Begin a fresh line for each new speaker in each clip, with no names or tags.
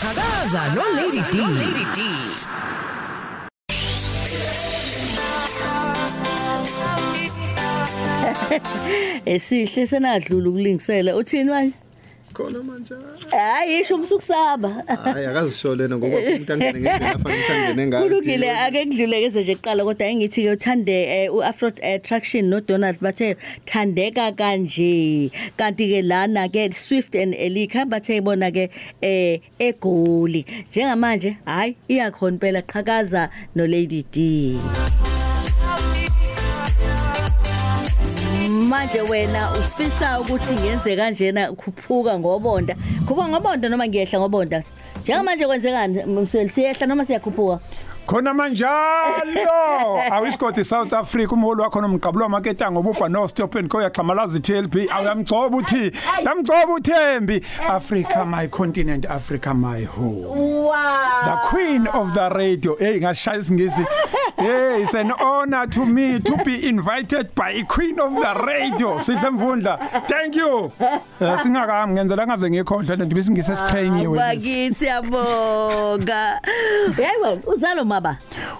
Tagaza no Lady D. Lady D.
esihle senadlula ukulingisela uthini manje
khona manje
hayi isho umsukusaba
hayi akazisho lena ngoba umuntu angene ngendlela afanele ukuthi angene ngayo
kulungile ake kudlulekeze nje kuqala kodwa engithi-ke uthande um u-afro attraction nodonald bathe thandeka kanje kanti-ke lana-ke swift and elika bathe bona-ke um egoli njengamanje hhayi iyakhona impela qhakaza nolady d manje wena ufisa ukuthi ngenze kanjena khuphuka ngobonda khuphuka ngobonda noma ngiyehla ngobonda njengamanje kwenzekani msweli siyehla noma siyakhuphuka
khona manjalo awisigodi south africa umholi wakhona umgqabulo wamaketango ububha nostophen ko yaxhamalaza i-tlb awuyamgcoba uthi yamgcoba uthembi africa my continent africa my home the
wow
queen of the radio eyi ngashaya isingisi Hey, it's an honor to me to be invited by a queen of the radio. Sihle Mvundla. Thank you. Eh, Singakami ngenzela ngaze ngikhohle lento besingise siqhenyiwe.
bakithi siyabonga yayi wena uzalo maba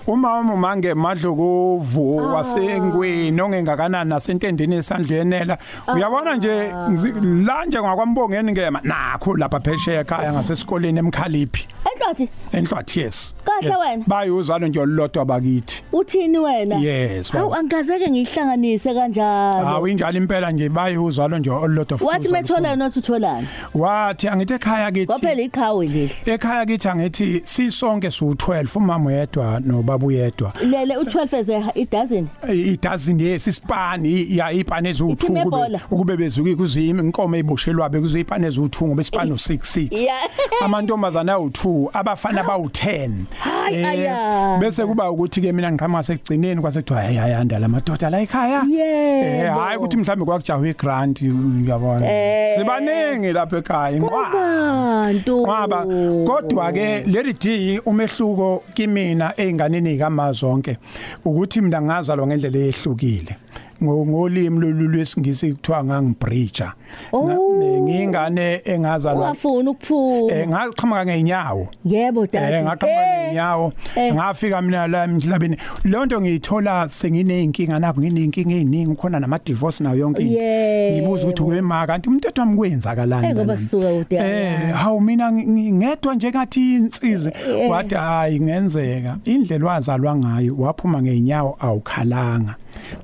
Umama umange madlokovu
Ah.
wasengweni ongengakanani nasentendeni esandlenela. Uyabona nje
Ah.
ngizi- la nje ngakwambongeni ngema nakho lapha phesheya ekhaya ngasesikoleni emkhaliphi.
enhlathi
Enhlwathi yes.
Kahle
Yes.
wena.
Bayuzalo nje olulodwa bakithi.
uthini wena
Yes,
hawu
baba.
angikazeke ngiyihlanganise kanjalo
hawu injalo impela nje bayuzalo nje olulodwa futhi
wathi
uzalo
metholani nothi utholani
khulu. wathi angithi ekhaya
kwaphela
kithi
iqhawe lihle
ekhaya kithi angithi sisonke siwu-12 umama uyedwa nobaba uyedwa
lele u-twelve eze idazini
idazini yesisipani ya iy'pani eziwu-two
Ithimu
ukube-
yebhola.
ukube bezuke kuzimi inkomo ey'boshelwa bekuziy'pani eziwu-two ngoba isipani u-six six
Ya.
amantombazane awu-two abafana bawu-ten
Hayi,
Eh,
ayanda.
bese kuba ukuthi-ke mina ngiqhamuka sekugcineni kwase kuthiwa hayi ayanda la madoda la ekhaya Eh,
Yebo.
hhayi ukuthi mhlawumbe kwakujahwe igranti uyabona
Eh.
sibaningi lapha ekhaya inqwa
bantu
Ngoba
Oh.
kodwa ke leli D umehluko kimina einganeni zikamazonke ukuthi mina ngazalwa ngendlela eyehlukile ngo- ngolimi lolu lwesingisi kuthiwa ngangibridger
Oh.
ngingane engazalwa
ungafuni ukuphuma
eh ngaqhamuka ngeenyawo
yebo
Eh
dade
ngaqhamuka ngenyawo
Eh.
ngafika mina la emhlabeni lonto ngiyithola sengineyinkinga nakho ngineyinkinga eziningi khona nama divorce nayo yonke into
Yebo.
ngibuza ukuthi kwema kanti umthetho wami
Eh,
kwenzakalani
ngoba
ngalana?
sisuka kude,
eh
hhayi.
hawu mina ngi- ngi- ngedwa nje ngathi insize wathi hayi ngenzeka indlela wazalwa ngayo waphuma ngeenyawo awukhalanga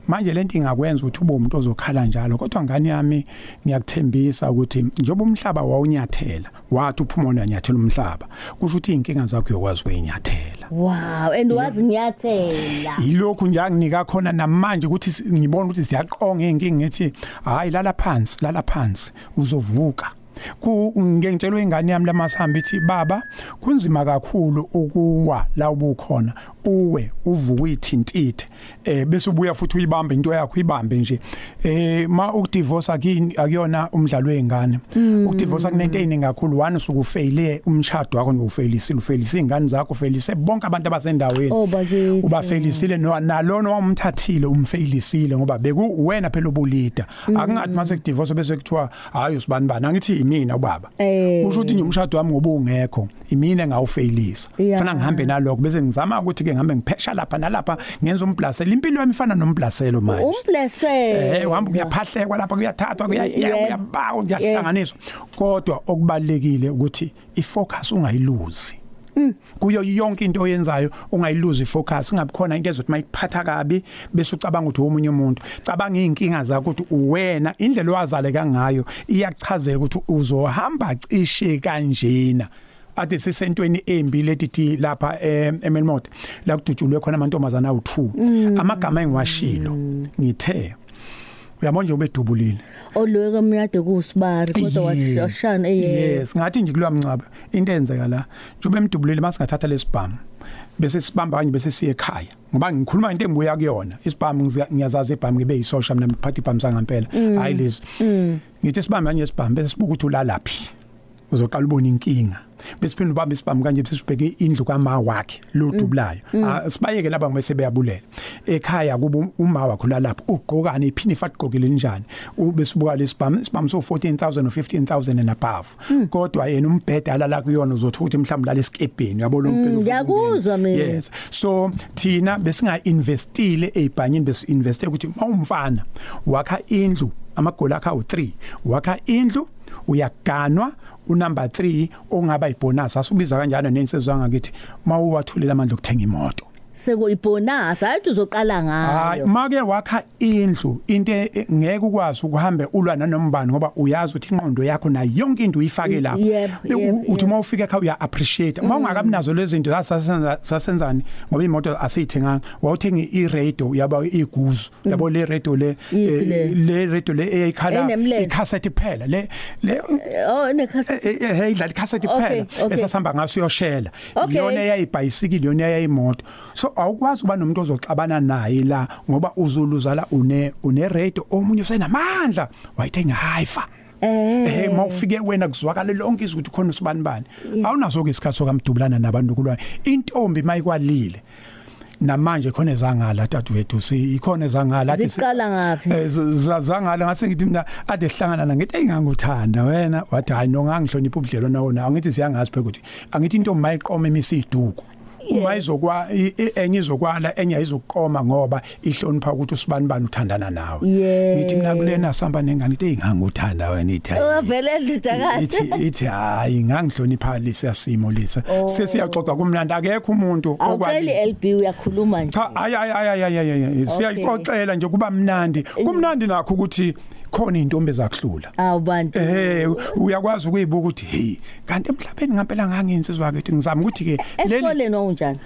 manje lento ingakwenza ukuthi ube umuntu ozokhala njalo kodwa ngani yami ngiyakuthembisa ukuthi njengoba umhlaba wawunyathela wathi uphuma unanyathela umhlaba kusho ukuthi iy'nkinga zakho uyokwazi ukuyinyathela
wow and wazinyathela
yilokhu nje anginika khona namanje ukuthi si- ngibona ukuthi siyaqonga inkingi ngithi hayi lala phansi lala phansi uzovuka ku ngengitshelwe ingane yami lamasihamba ithi baba kunzima kakhulu ukuwa la ubukhona uwe uvuka ithintithe eh bese ubuya futhi uyibambe into yakho uyibambe nje eh ma ukudivorce akuyini akuyona umdlalo weingane ukudivorce kunento eyiningi kakhulu one usuku ufaile umshado wakho nowufailisile ufailise ingane zakho ufailise bonke abantu abasendaweni
Oh, bakithi.
ubafelisile no- nalona wamthathile umfelisile ngoba beku wena phela obulida
Mm.
akungathi mase kudivorce bese kuthiwa hayi usibani bani angithi imina ubaba
Eh.
usho ukuthi nje umshado wami ngoba ungekho imina engawufelisa
Yeah.
fana ngihambe nalokho bese ngizama ukuthi ke ngihambe ngiphesha lapha nalapha ngenza umblaselo impilo yami ifana nomblaselo manje Eh uhamba
umblesele
kuyaphahlekwa lapha kuyathathwa
Yebo.
kuyabawa kuyahlanganiswa kodwa okubalekile ukuthi ifocus ungayiluzi kuyo yonke into oyenzayo ungayiluzi ifocus ungabikhona into ezothi mayiphatha kabi bese ucabanga ukuthi womunye umuntu cabanga izinkinga zakho ukuthi uwena indlela owazale kangayo iyachazeka ukuthi uzohamba cishe kanjena ade sisentweni embi letithi lapha em- emelmode la kudutshulwe khona amantombazana awu2 amagama engiwashilo ngithe uyabona nje ubedubulile
olweke myade kuwusibari kodwa eh,
Yes.
washana eyes
yes ngathi nje kulwamncaba into enzeka la njobe emdubulile masingathatha lesibhamu bese sibamba kanye bese siye ekhaya ngoba ngikhuluma into engibuya kuyona isibhamu ngiza- ngiyazazi ibhamu ngibe yisosha mina ngiphatha ibhamu sangampela hayi lezi ngithi sibambe kanye isibhamu bese sibuka ukuthi ulalaphi uzoqala ubona inkinga besiphinde ubambe isibhamu kanje sisibheke indlu kama wakhe lodubulayo Ah, sibayeke laba ngese beyabulela ekhaya kuba uma wakho lalapho ugqokani iphini fatgqokile njani ubesibuka lesibhamu isibhamu so 14000 or 15000 and above kodwa yena umbhede alala kuyona uzothi ukuthi mhlawumbe laleskebheni yabo lo mbhede ufuna
ngiyakuzwa
ukungena.
mina.
yes so thina besinga investile ezibhanyini besiinveste ukuthi mawumfana wakha indlu amagoli akha u3 wakha indlu uyaganwa unumber 3 ongaba ibonus asubiza kanjalo nensizwa ngakithi mawuwathulela amandla okuthenga imoto
sekuyibonus hayi uzoqala
hayi
ngayo
make wakha indlu into e- e- ngeke ukwazi ukuhambe ulwa nanombani ngoba uyazi ukuthi inqondo yakho na yonke into uyifake lapha
yebo,
U-
yebo, Mm.
uthi
yebo.
uma ufika ekhaya uya appreciate uma ungakabinazo lezi zinto zasenza- zasenzani ngoba imoto asizithenganga wawuthenga i-radio yaba iguzu yabo le radio le
Mm. Yiphi le?
eh, le radio le eyikhala
Enemlenze.
icassette phela le le
oh nekhasi
eh, eh, hey idlala icassette
Okay,
kuphela
okay.
esasihamba ngaso uyoshela
Okay.
iyona eyayibhayisikile yona eyayimoto so awukwazi ukuba nomuntu ozoxabana naye la ngoba uzuluza la une une radio omunye usenamandla wayithenga hi-fi Eh mawufike wena kuzwakala lonke izwi ukuthi khona usibani bani awunaso ke isikhathi sokamdubulana nabantu kulwane intombi mayikwalile namanje khona ezangala dadwethu sikhona ezangala athi si-
Ziqala ngaphi?
Eh, z- z- zangala ngase ngithi mina ade sihlangana la ngithi ayinganguthanda wena wathi hayi no ngangihlonipha ubudlelwano wona angithi siyangazi phela ukuthi angithi intombi mayiqoma emisiduko uma izokwa i- i- enye izokwala enye ayizukuqoma ngoba ihlonipha ukuthi usibani bani uthandana nawe
Yeah.
ngithi mina kulena sihamba nengane ngithi eyinganguthanda wena ithi hayi.
Uvele ndidakade.
Ithi- ithi hayi ngangihlonipha lesiya simo lesa sesiyaxoxa kumnandi akekho umuntu
Oh. awuceli
okwali
LB uyakhuluma nje
cha ayi ayi ayi ayi ayi, ayi ayi siyayixoxela nje kuba mnandi kumnandi nakho ukuthi khona intombi ezakuhlula
awubantu
ehe uyakwazi ukuyibuka ukuthi hey kanti emhlabeni ngampela ngangiyensizwa kwethu ngizama ukuthi ke leli
esikoleni wawunjani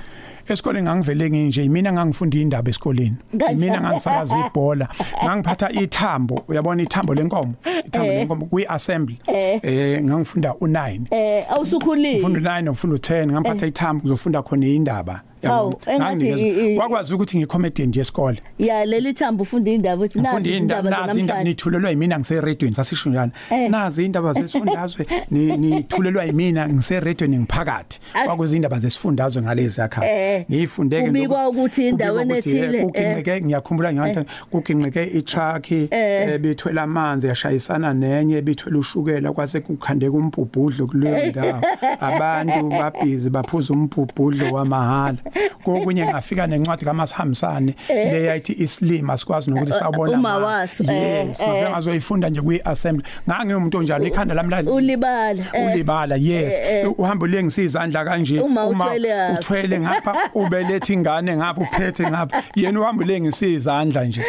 esikoleni ngangivele nginje imina ngangifunda indaba esikoleni
Kanjani?
imina ngangisakaza ibhola ngangiphatha ithambo uyabona ithambo lenkomo ithambo lenkomo kwi assembly eh ngangifunda u9
eh awusukhulile
ufunda 9 ufunda 10 ngamphatha ithambo ngizofunda khona indaba
Hawu,
yabo
engathi i- i-
wakwazi ukuthi ngikomedy nje esikole
ya leli thambo ufunda indaba uthi
ngifunde
nazi
indaba
indaba
nazi indaba
zanamhlanje
nithulelwa yimina ngiseredweni sasisho njalo
Eh.
nazi indaba zesifundazwe ni- nithulelwa yimina ngiseredweni ngiphakathi
Ash.
kwakuze indaba zesifundazwe ngalezi
Eh.
yakhaya ngiyifundeke
Kubikwa
noku-
ukuthi endaweni
kubikwa ukuthi, eh,
ethile, eh.
kuginqike ngiyakhumbula ngiyathi kuginqike itruck
Eh.
ebithwele amanzi yashayisana nenye ebithwele ushukela kwase kukhandeka umbhubhudlo
Eh.
kuleyo ndawo abantu babhizi baphuza umbhubhudlo wamahala kokunye ngafika nencwadi kamasihambisane leyayithi isilima sikwazi nokuthi sabona
Eh. Uh, Uma
ma-
waso, eh,
yes
eh.
ngafika ngazoyifunda nje kwi-assembly ngangiwumuntu onjalo ikhanda lami lali
ulibala eh.
ulibala yes
Eh, eh.
uhambo lengizizandla kanje
Uma uthwele ngapha.
uthwele ngapha ubelethe ingane ngapha uphethe ngapha yena uhambo lengisizandla nje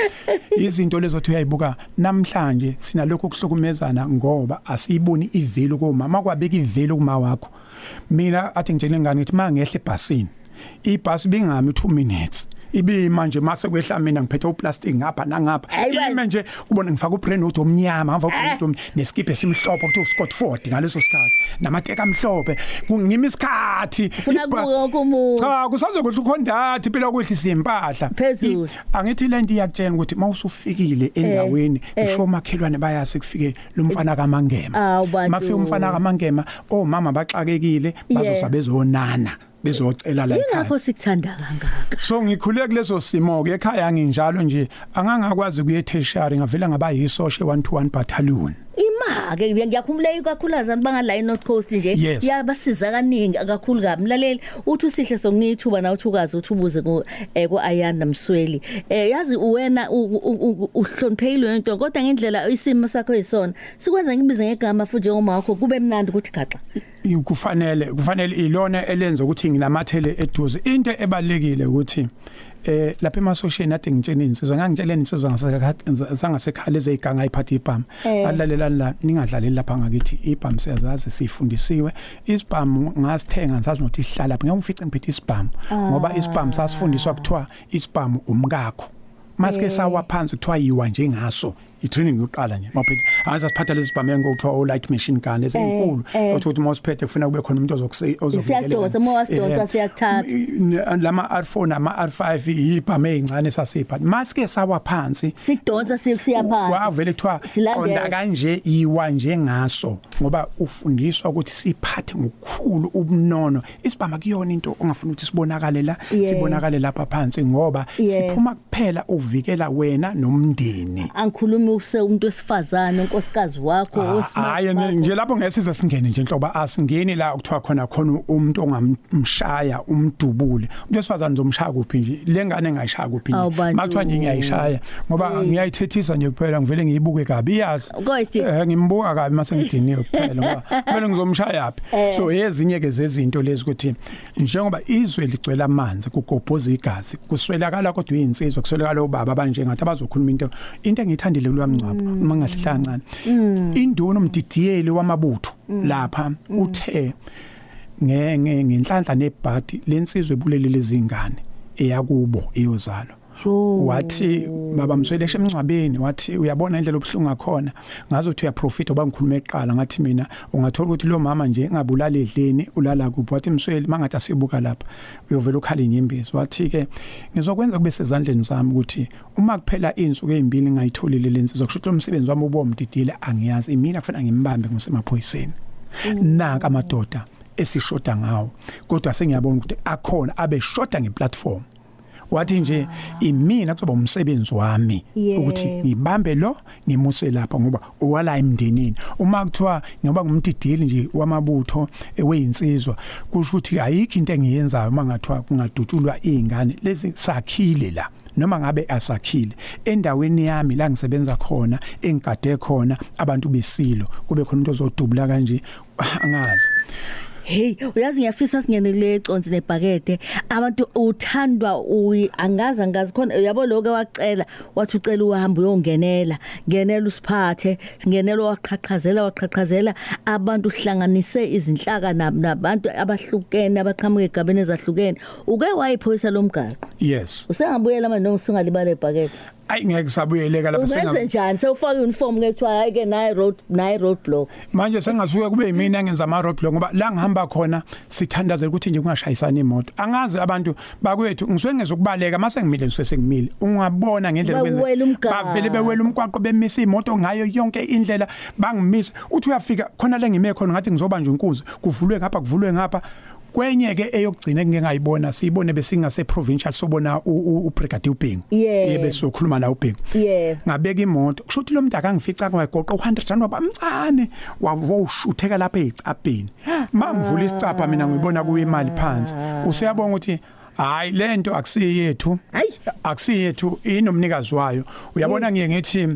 izinto lezo thi uyayibuka namhlanje sina lokho kuhlukumezana ngoba asiyiboni ivelu kumama kwabeka ivelu kuma wakho mina athi ngitshele ingane ngithi mangehle ebhasini ibhasi bingami 2 minutes ibi manje mase kwehla mina ngiphethe uplastic ngapha nangapha
Ayi wena.
ime nje kubona ngifaka ubrand omnyama ngava ubrand omnyama
Eh.
nesikiphe simhlophe ukuthi uScott Ford ngaleso sikhathi namateka amhlophe kungima isikhathi
Ufuna
Ibha-
kuwo wonke umuntu.
cha kusazokuhle ukhondathi phela kuhle simpahla
Phezulu. Eh.
I- angithi lento iyakutshela ukuthi mawusufikile endaweni ngisho omakhelwane bayase kufike lo mfana
Awu, bantu.
kaMangema mafike umfana kaMangema omama baxakekile bazosa bezonana bezocela la ekhaya
ingakho sikuthanda kangaka
so ngikhule kuleso simo ke ekhaya nginjalo nje angangakwazi ukuye tertiary ngavela ngaba yisoshe 121 battalion
ima-ke ngiyakhumbula ikakhulazana bangala i-north coast nje
Yes.
yabasiza kaningi kakhulu kabi mlaleli uthi usihle sokuniyithuba na uthi ukazi ukuthi ubuze ku- eh, ku-ayanda msweli um yazi wena u- u- u- uhloniphekile yonto kodwa ngendlela isimo sakho yisona sikwenza ngibize ngegama futhi njengoma wakho kube mnandi ukuthi gaxa
I- kufanele kufanele ilona elenza ukuthi nginamathele eduze into ebalekile ukuthi eh lapha emasosheni ade ngitshene insizwa ngangitshele insizwa ngasekhaya leziganga ayiphathe ibhamu
Eh.
alalelani la ningadlaleli lapha ngakithi ibhamu siyazazi sifundisiwe isibhamu ngasithenga ngisazi nokuthi sihlala lapha ngiyofica ngiphethe isibhamu ngoba isibhamu sasifundiswa kuthiwa isibhamu umkakho maske sawa phansi kuthiwa yiwa njengaso i-training yokuqala nje mawuphethe angaze asiphatha lezi sibhameni ngokuthiwa o-light machine gun ezinkulu
eh.
otho ukuthi mawusiphethe kufuna kube khona umuntu ozokusi- Eh,
Siyadonsa, uma wasidonsa, siyakuthatha.
lama R4 nama R5 ibhame ezincane sasiphatha masike sawa phansi
sidonsa siyaphansi
wavele kuthiwa
Silandela.
qonda kanje iwa njengaso ngoba ufundiswa ukuthi siphathe ngokukhulu ubunono isibhama kuyona into ongafuna ukuthi sibonakale la
Yeah.
sibonakale lapha phansi ngoba
Yeah.
siphuma kuphela uvikela wena nomndeni
angikhulumi use umuntu wesifazane unkosikazi wakho
Ah, hayi ne,
osimakho.
nje lapho ngeke size singene nje nhloba asingeni la kuthiwa khona khona umuntu ongamshaya umdubule umuntu wesifazane zomshaya kuphi nje le ngane engayishaya kuphi nje
Awubantu.
makuthiwa nje ngiyayishaya ngoba ngiyayithethisa nje kuphela ngivele ngiyibuke kabi iyazi
Kosi.
eh ngimbuka kabi mase ngidiniwe kuphela ngoba kumele ngizomshaya phi so ezinye ke zezinto lezi ukuthi njengoba izwe ligcwele amanzi kugobhoza igazi kuswelakala kodwa izinsizwa kuswelakala ubaba abanjengathi abazokhuluma into into engiyithandile kulwamncwabo uma ngingahlihlanga ncane induno umdidiyeli wamabutho lapha uthe ngenge ngenhlanhla nebhadi lensizwe ebulelele izingane eyakubo iyozalwa wathi baba msweleshe emncwabeni wathi uyabona indlela obuhlungu khona ngazothi uyaprofita oba ngikhuluma eqala ngathi mina ungathola ukuthi lo mama nje engabulali edleni ulala kuphi wathi msweli mangathi asibuka lapha uyovela ukhali inyembezi wathi ke ngizokwenza kube sezandleni zami ukuthi uma kuphela izinsuku ezimbili ngayitholile lensizwa kusho ukuthi umsebenzi wami ubomdidile angiyazi imina kufanele ngimbambe ngosemaphoyiseni naka amadoda esishoda ngawo kodwa sengiyabona ukuthi akhona abe shoda ngeplatform wathi nje imina kuzoba umsebenzi wami
Yebo.
ukuthi ngibambe lo ngimuse lapha ngoba owala emndenini uma kuthiwa ngoba ngumdideli nje wamabutho eh, weyinsizwa kusho ukuthi ayikho into engiyenzayo uma ngathiwa kungadutshulwa iy'ngane lezi sakhile la noma ngabe asakhile endaweni yami la ngisebenza khona engigade khona abantu besilo kube khona umuntu ozodubula kanje angazi
hey uyazi ngiyafisa singene kule iconsi nebhakede abantu uthandwa uyi angazi angazi khona yabo lokho wacela wathi ucela uhambe uyongenela ngenela usiphathe ngenela waqhaqhazela waqhaqhazela abantu uhlanganise izinhlaka nab- nabantu abahlukene abaqhamuke egabeni ezahlukene uke wayiphoyisa lomgaqo
yes
usengabuyela manje noma usungalibala ibhakede
ayi ngeke sabuyeleka lapha
ungenze
senga-
njani sewufake uniform ke kuthiwa hayi ke nayi road nayi road block
manje sengasuke kube yimina engenza ama roadblock ngoba la ngihamba khona sithandazela ukuthi nje kungashayisani imoto angazi abantu bakwethu ngisuke ngezokubaleka mase ngimile ngisuke sengimile ungabona ngendlela
Bawela umgaqo.
bavele bewela umgwaqo bemisa imoto ngayo yonke indlela bangimisa uthi uyafika khona la ngime khona ngathi ngizobanjwa inkunzi kuvulwe ngapha kuvulwe ngapha kwenye ke eyokugcina engike ngayibona siyibone besingase provincial sobona u- u- ubrigadier Ubhengu
Yeah.
yebe sokhuluma la uBhengu
Yeah.
ngabeka imoto kusho ukuthi lo mntu akangifica kwagoqa u100 rand wabamncane wawushutheka lapha ezicapheni mangivula isicapha mina ngibona kuwe imali phansi useyabonga ukuthi hayi lento akusiyethu
Hayi.
akusiyethu inomnikazi wayo
Mm.
uyabona ngiye ngithi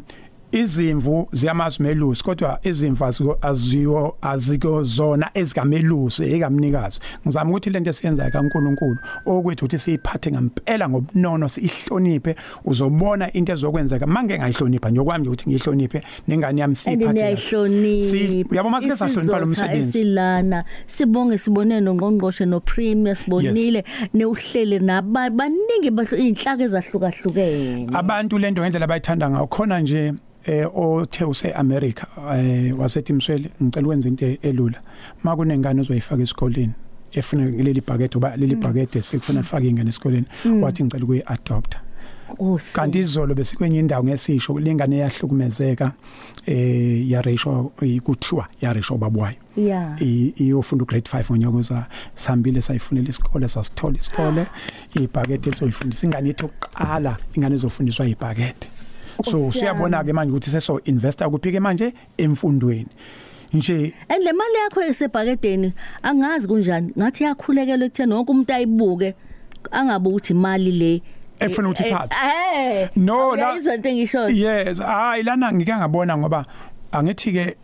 izimvu ziyamazimelusi kodwa izimvu aziko- aziwo azikozona ezikamelusi ekamnikazi ngizama ukuthi lento esiyenzayo kaNkuluNkulu okwethu ukuthi siyiphathe ngempela ngobunono sihloniphe uzobona into ezokwenzeka mange ngayihlonipha njokwami nje ukuthi ngihloniphe nengane yami
and
siyiphathe kahle. Si-
niyayihlonipha
uyabo masike sahlonipha lo
Isizotha
msebenzi
esilana sibonge sibone nongqongqoshe nopremier sibonile neuhlele naba baningi bahlo- iy'nhlaka ezahlukahlukene
abantu lento ngendlela abayithanda ngayo khona nje eh othe use America eh wasethi mswele ngicela ukwenza into elula makunengane ozoyifaka esikoleni efuna leli bhakede uba leli bhakede sekufuna lifake ingane esikoleni wathi ngicela ukuyi adopt
Nkosi.
kanti izolo besikwenye indawo ngesisho lengane yahlukumezeka eh yarisho ikuthiwa yarisho babwayo
ya
i- iyofunda ugrade 5 ngonyaka oza sihambile sayifunela isikole sasithola isikole ibhakede elizoyifundisa ingane yethu yokuqala ingane ezofundiswa ibhakede so
Nkosi yami.
siyabona-ke manje ukuthi seso-investa kuphi-ke manje emfundweni nje
and le mali yakho esebhakedeni angazi kunjani ngathi yakhulekelwa ekutheni wonke umuntu ayibuke angabe ukuthi imali le
Ekufuna ukuthi ithathwe.
Eh, eh,
No, la-
uyayizwa into engishoyo
Ah, yes hayi lana ngike ngabona ngoba angithi ke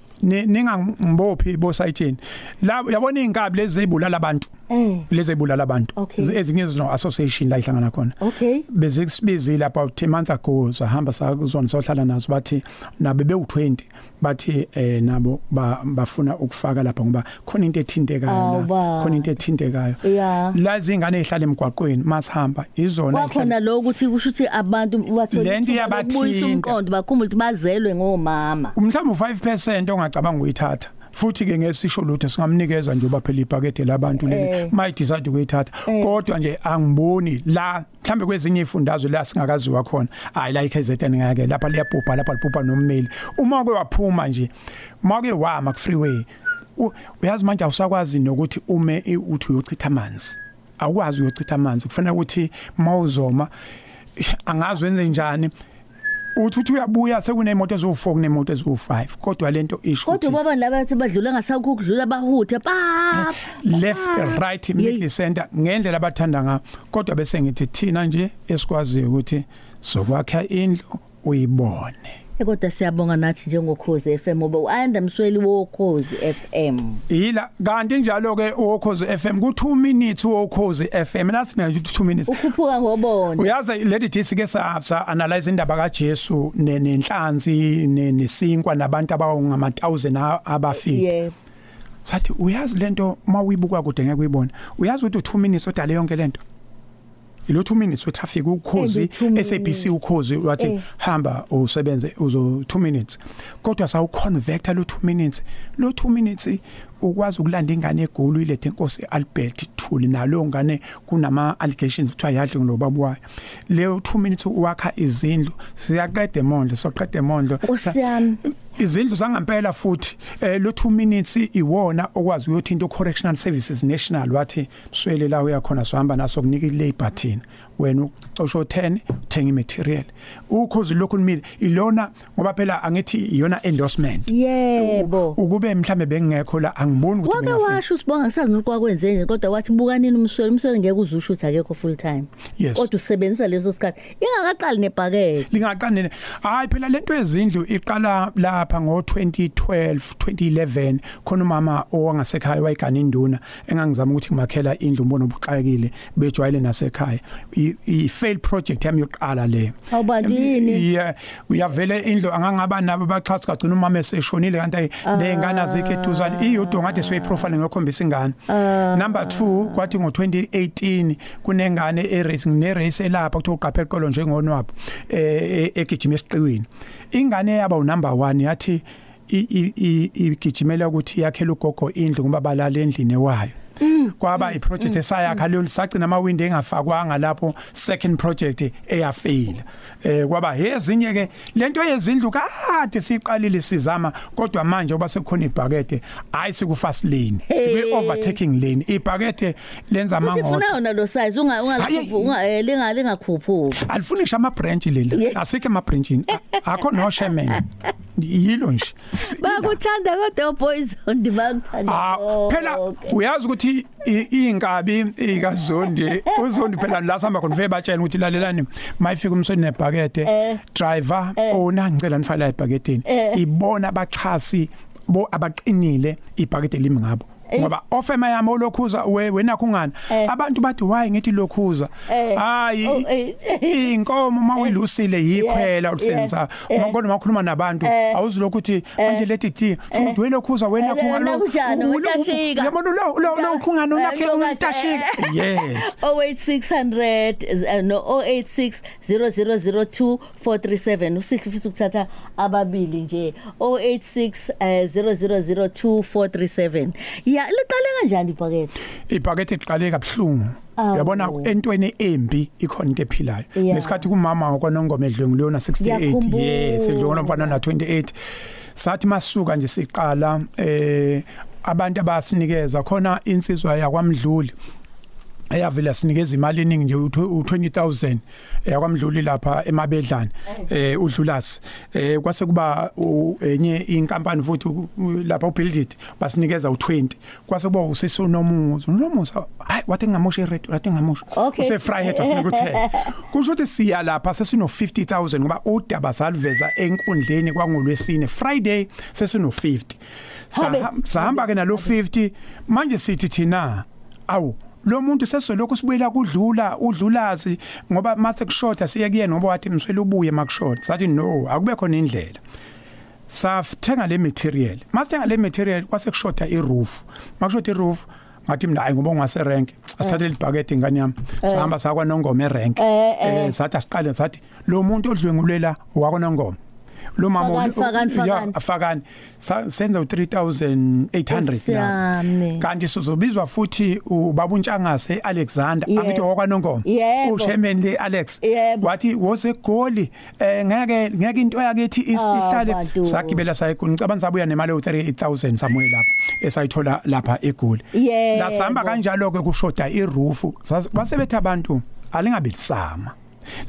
ningangibophi bosayithini la yabona izinkabi lezibulala abantu
Eh.
lezibulala abantu
Okay.
Z- ezinye zino association la ihlangana khona
Okay.
bezikusibizile about a month ago sahamba sakuzona sohlala nazo bathi nabe bewu20 bathi eh nabo ba- bafuna ukufaka lapha ngoba khona into ethintekayo la
Awa. Eh.
khona into ethintekayo
Yeah.
la izingane ezihlala emgwaqweni masihamba izona ezihlala-
kwakhona lo ukuthi kusho ukuthi abantu bathole
Lento
ithuba
iyabathinta.
lokubuyisa umqondo bakhumbule ukuthi bazelwe ngomama
mhlawumbe 5% ongacabanga uyithatha futhi ke ngesisho lutho singamnikeza nje ubaphela ibhakede labantu leli
Eh.
mayi decide ukuyithatha kodwa nje angiboni la mhlambe kwezinye ifundazwe la singakaziwa khona hayi la iKZN ngeke lapha liyabhubha lapha libhubha nommeli uma ke waphuma nje uma ke wama ku freeway u- uyazi manje awusakwazi nokuthi ume i- uthi uyochitha amanzi awukwazi uyochitha amanzi kufanele ukuthi mawuzoma angazi wenze njani uthi uthi uyabuya sekunemoto eziwu4 kunemoto eziwu5 kodwa lento isho
kodwa
ukuthi
kwaba labathi badlula ngasakho ukudlula bahuthe pa Ah,
left right middle center ngendlela abathanda ngayo kodwa bese ngithi thina nje esikwaziyo ukuthi sokwakha indlu uyibone
kodwa siyabonga nathi njengokhozi FM ngoba uAnda Msweli wokhozi FM
yila kanti njalo ke ukhozi FM ku2 minutes ukhozi FM lasina 2 minutes
ukhuphuka ngobona
uyazi lady disi ke sa sa analyze indaba kaJesu ne- nenhlanzi ne- nesinkwa nabantu abangama 1000 abafika
yeah
sathi uyazi lento mawuyibuka kude ngeke uyibone uyazi ukuthi u2 minutes odale yonke lento ilo 2 minutes utraffic ukhozi
And u-two minutes.
SABC ukhozi wathi
Eh.
hamba usebenze uzo 2 minutes kodwa sawuconvecta lo 2 minutes lo 2 minutes ukwazi ukulanda ingane egulu ilethe inkosi Albert Thuli nalo ngane kunama allegations kuthiwa yadle ngilobaba wayo leyo 2 minutes uwakha izindlu siyaqeda emondlo soqeda emondlo
Nkosi yami.
izindlu zangempela futhi eh lo 2 minutes iwona okwazi ukuthi into correctional services national wathi swele la uya khona sohamba naso kunika i-labor thina wena ucosho 10 uthenga i-material ukhozi lokhu nimile ilona ngoba phela angithi iyona endorsement
yebo
ukube mhlambe bengekho la angiboni ukuthi
Wake
bengafika.
washo usibonga ngisazi nokuthi kwakwenze nje kodwa wathi bukanini umsweli umsweli ngeke uzusho ukuthi akekho full time
Yes.
kodwa usebenzisa leso sikhathi ingakaqali nebhakeke
lingaqandene hayi phela lento yezindlu iqala lapha ngo2012 2011 khona umama owangasekhaya wayigana induna engangizama ukuthi ngimakhela indlu umbono obuxakile bejwayele nasekhaya i i- fail project yami yoqala le
Awubantu yini?
yeah uyavele indlu angangaba nabo baxhatsi kagcina umama eseshonile kanti nezingane azikho eduzane iyodwa ngathi siyayiprofile ngiyokhombisa ingane number 2 kwathi ngo2018 kunengane eracing nerace elapha kuthi uqaphe eqolo njengonwabo eh, eh, egijima esiqiwini ingane yaba unumber 1 yathi i- i- i- igijimela ukuthi yakhele ugogo indlu ngoba balala endlini ewayo kwaba iproject esayakha leyo lisagcina amawindi engafakwanga lapho second project eyafeyila eh kwaba ezinye ke lento yezindlu kade siqalile sizama kodwa manje oba sekukhona ibhakede hayi siku fast lane sibe overtaking lane ibhakede lenza
futhi
amangodo
funa yona lo size unga
Hayi.
unga eh, linga lingakhuphuka
alifuni ngisho ama-branch leli
Yeah.
asikho ema-branchini akho noshemen yilo nje Sila.
bakuthanda kodwa poison bakuthanda
Ah phela
bonke.
uyazi ukuthi i- iinkabi ikazondi uzondi phela la sihamba khona vele batshela ukuthi lalelani mayifika
Eh.
umsweni nebhakede driver owna ngicela nifala ebhakedeni ibona abaxhasi bo abaqinile ibhakede limi ngabo
Eh.
ngoba ofema yami olokhuza we- wenakho ungana abantu bathi why ngithi lokhuza
Eh. Oh,
hayi
eh.
inkomo mawuyilusile yikhwela
Yeah.
ulisenza
Yeah.
uma kodwa makhuluma nabantu
Eh.
awuzi lokuthi manje leti ti funa ukuthi welokhuza wena
Wena kunjani, utashika.
yabona lo lo lo khungani
Eh,
unakhe
ntokazi,
untashika
eh.
yes
08600 eh, no 0860002437 usihle ufisa ukuthatha ababili nje eh, 0860002437 ya liqale kanjani ibhakede
ibhakethe iqale kabuhlungu
Awu.
yabona entweni embi ikhona into ephilayo
Yeah.
ngesikhathi kumama okwanongoma edlengulona 68
Ngiyakhumbula.
yes edlengulona mfana na 28 sathi masuka nje siqala eh abantu abasinikeza khona insizwa yakwamdluli eyavela sinikeza imali eningi nje u20000 yakwamdluli eh, lapha emabedlana eh udlulasi eh kwase kuba u- enye inkampani futhi u- u- lapha ubuildit basinikeza u20 kwase kuba usiso nomuzi nomuzi hayi wathi ngamosha ired wathi ngamosha
Okay.
use fryhead wasinokuthela kusho ukuthi siya lapha sesino 50000 ngoba udaba saliveza enkundleni kwangolwesine friday sesino 50
Habe.
Saha- sahamba ke nalo 50 manje sithi thina awu lo muntu sesoloko sibuyela kudlula udlulazi ngoba mase kushoda siye kuyena ngoba wathi mswele ubuye makushoda sathi no akube khona indlela sathenga le material masithenga le material kwase kushoda iroof makushoda iroof ngathi mina hayi ngoba ngase rank asithathe libhakede ingane yami sahamba sakwa nongoma erank
Eh, eh.
eh sathi asiqale sathi lo muntu odlwengulela wakona ngoma lo mama
Fakani,
ule-
fakani,
ya,
fakani.
afakani Sa- senza u3800
Usiyami.
na kanti sizobizwa futhi ubabuntshangase Alexander
Yebo.
abithi okwanongoma
Yebo.
ushemen le Alex
Yebo.
wathi wose goli eh, ngeke ngeke into yakethi is-
Ah,
isihlale
bantu.
sagibela sayikuni ngicabanga sabuya nemali u38000 samwe lapha esayithola lapha egoli
Yebo.
lasihamba kanjalo ke kushoda irufu basebethe abantu alingabelisama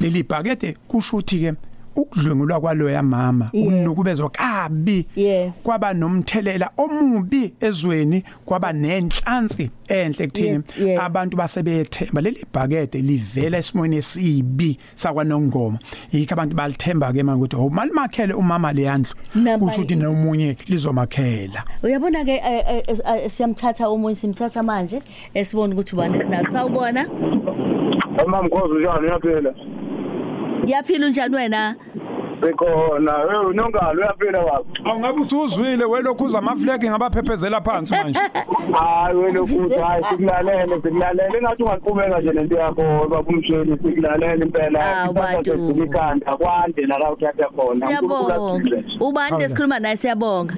leli bhakede kusho ukuthi ke ukudlwengulwa kwaloya mama
Yeah.
ukunukubezwa kabi
Yeah.
kwaba nomthelela omubi ezweni kwaba nenhlansi enhle kuthini
Yeah, yeah.
abantu basebethemba leli bhakede livela esimweni esibi sakwanongoma yikho abantu balithemba ke manje ukuthi oh malimakhele umama leyandlu
Nampa-
kusho ukuthi nomunye lizomakhela
uyabona ke eh, siyamthatha omunye simthatha manje esibona ukuthi ubani esinazo sawubona
Umamkhosi njani uyaphila?
yaphila unjani wena
Sikhona. Eh unongalo uyaphila baba.
awungabe usuzwile welokhu uza amaflegi ngabaphephezela phansi manje
Hayi wena futhi hayi sikulalele sikulalele ngathi ungaqhubeka nje nento yakho baba umshweni sikulalele impela.
Awu, bantu.
Ikhanda kwande la uthatha khona.
siyabonga
UNkulunkulu asize.
ubani esikhuluma naye siyabonga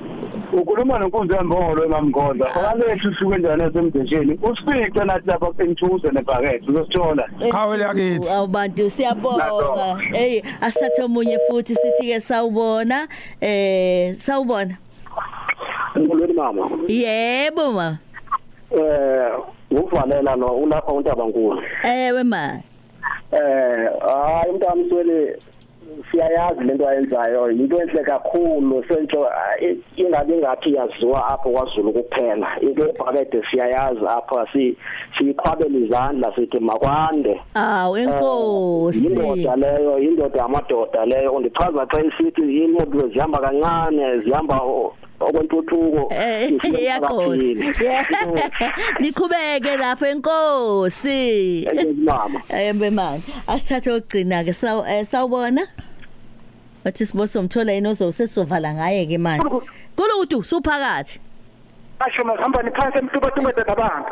Ukhuluma nenkunzi yembongolo emamkhoza. Kwalethi suku njani esemdeshini. Usifice nathi lapha enthuze nebhakethe uzosithola.
Qhawe lakithi.
awubantu siyabonga
Ngiyabonga.
hey asathe omunye futhi sithi ke sawubona eh sawubona
Ngolweni mama.
yebo ma
Eh uvalela lo ulapha untaba nkulu.
ewe ma
Eh hayi umntamswele siyayazi lento ayenzayo into enhle kakhulu sentsho eh, ingabe ngathi yaziwa apho kwaZulu kuphela into ebhakede siyayazi apho si siyiqhwabela izandla sithi makwande
awu enkosi
indoda Eh, leyo indoda yamadoda leyo undichaza xa isithi iimoto zihamba kancane zihamba o- okwentuthuko
Eh,
zisiya
iyaqosi
emphakathini.
Yeah. niqhubeke lapho enkosi
Enkosi, mama
ayembemani asithathe ogcina ke saw eh, sawubona wathi sibo somthola yini ozosesizovala ngaye ke manje kulutu suphakathi
asho mazihambani phansi emtubatumba dabanga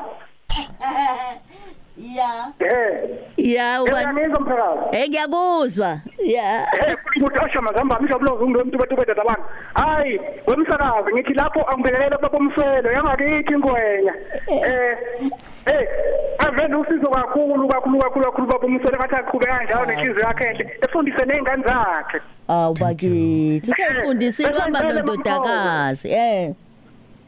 ya
eh
ya ubani
yangenza umphakazi
hey ngiyakuzwa ya
Eh, ukuthi asho mazihambani isho bulo ungu emtubatumba dabanga hayi wemsakazi ngithi lapho angibhekelele babomswelo yangakithi ingwenya eh eh avele usizo kakhulu kakhulu kakhulu kakhulu babomswelo ngathi aqhubeka njalo nenhliziyo yakhe enhle efundise ney'ngane zakhe
awu bakithi usefundisile uhamba
Bese ngicela
nondodakazi eh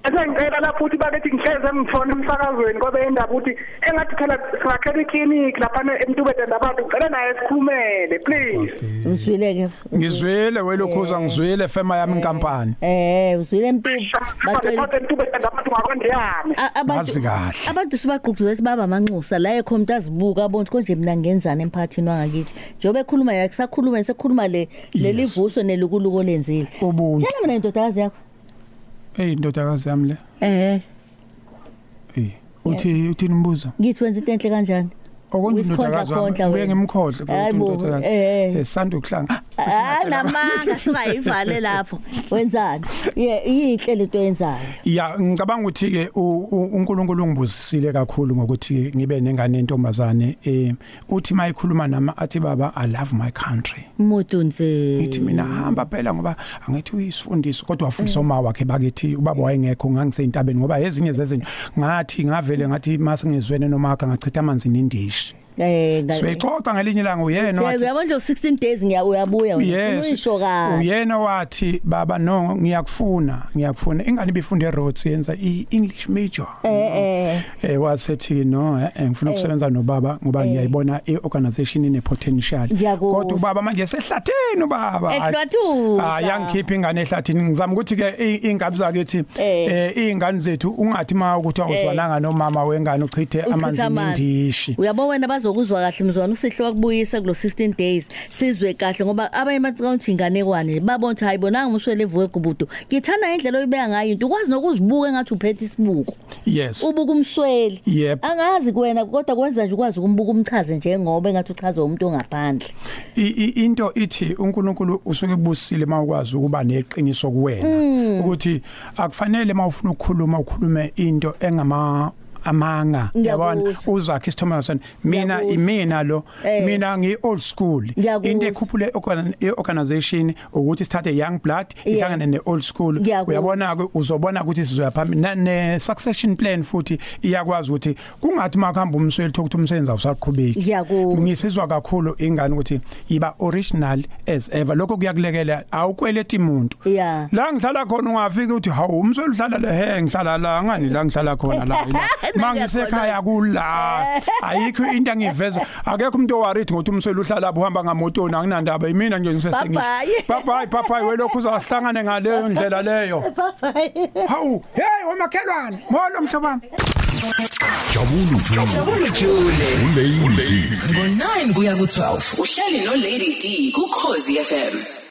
esengicela lapho ukuthi bakethi ngihleze ngithona emsakazweni kwabe indaba ukuthi engathi phela singakhela iklinikhi laphana emtubedeni abantu ngicela naye sikhulumele please
uzwile Eh, ke
ngizwile welokhu uza ngizwile fema yami inkampani
eh uzwile mtu bacela
emtubedeni abantu ngakwandeyane
A- abantu
Ngazi kahle.
abantu sibaqhuquzela sibaba amanxusa la ekhomta azibuka abonke konje mina ngenzana emphakathini wangakithi njengoba ekhuluma yakhe sakhuluma ngisekhuluma le leli
Yes.
vuso nelukuluko lenzile
ubuntu
tshela mina indodakazi yakho
eyi ndodakazi yami le
eh
eyi uthi uthini umbuzo
ngithi wenza into enhle kanjani
okonje
Wesikhundla
indodakazi wami
khondla
uye
wena.
ngimkhohle
Hayi bo, eh, eh.
sandu kuhlanga
ah namanga singayivale lapho wenzani ye inhle lento yenzayo
ya ngicabanga ukuthi ke uNkulunkulu ungibuzisile kakhulu ngokuthi ngibe nengane entombazane eh uthi mayikhuluma nama athi baba i love my country
umuntu
ngithi
nze
mina hamba phela ngoba angithi uyisifundisi kodwa wafundisa uma wakhe bakithi ubaba wayengekho ngangisentabeni ngoba ezinye zezinto ngathi ngavele ngathi masingezwene nomakha ngachitha amanzi nendishi
eh ngale-
Siyaxoxa ngelinye ilanga uyena
Nje
wathi
uyabona nje 16 days ngiya uyabuya wena
Yes.
uyisho kahle
Uyena wathi baba no ngiyakufuna ngiyakufuna ingane ibifunde Rhodes yenza iEnglish major.
eh.
Eh wasethi no eh, eh, ngifuna ukusebenza nobaba ngoba ngiyayibona iorganization ine potential.
Ngiyakuzwa.
Kodwa ubaba manje sehlatheni ubaba.
Ehlwathuza.
Ah yangikhipha ingane ehlathini ngizama ukuthi ke ingane zakithi
Eh.
eh ingane zethu ungathi ma ukuthi awuzwananga nomama wengane uchithe amanzi
Uchitha
nendishi.
uyabo wena bazokuzwa kahle mzwana usihle wakubuyisa kulo 16 days sizwe kahle ngoba abanye amaqounti inganekwane babona ukuthi hayibonanga umswele evuke gubudo ngithanda indlela oyibeka ngayo into ukwazi nokuzibuka engathi uphethe isibuko
Yes.
ubuka umsweli
Yep.
angazi kuwena kodwa kwenza nje ukwazi ukumbuka umchaze njengoba engathi uchazwe umuntu ongaphandle
I- i- into ithi uNkulunkulu usuke ebusile mawukwazi ukuba neqiniso
Hmm.
kuwena ukuthi akufanele mawufuna ukukhuluma ukhulume into engama amanga yabona
Ngiyakuzwa.
uzakhe isithomason mina
Ngiyakuzwa.
imina lo
Eh.
mina ngi old school
Ngiyakuzwa.
into ekhuphule organ- i-organization ukuthi sithathe young blood
Yeah.
ihlangane ne old school
Ngiyakuzwa.
uyabona ke uzobona ukuthi sizoya phambili Na- ne succession plan futhi iyakwazi ukuthi kungathi makuhamba umsweli thokuthi umsebenzi awusaqhubeki
Ngiyakuzwa.
ngisizwa kakhulu ingane ukuthi yiba original as ever lokho kuyakulekela awukweleti muntu
Yeah.
la ngihlala khona ungafika uthi hawu umsolo uhlala le he ngihlala la ngani la ngihlala khona la ila mangisekhaya kula ayikho into engiveza akekho umuntu owarithi ngothi umsolo uhlala buhamba ngamotoni anginandaba yimina nje
Bye-bye.
ngisesengisho bye bye welokhu uzahlangane ngaleyo ndlela leyo hawu hey womakhelwane molo mhlobo wami
Jabulu Jule.
Jabulu Jule
Ulay Ulay.
ngo-9 kuya ku-12 uhleli no Lady D kukhozi FM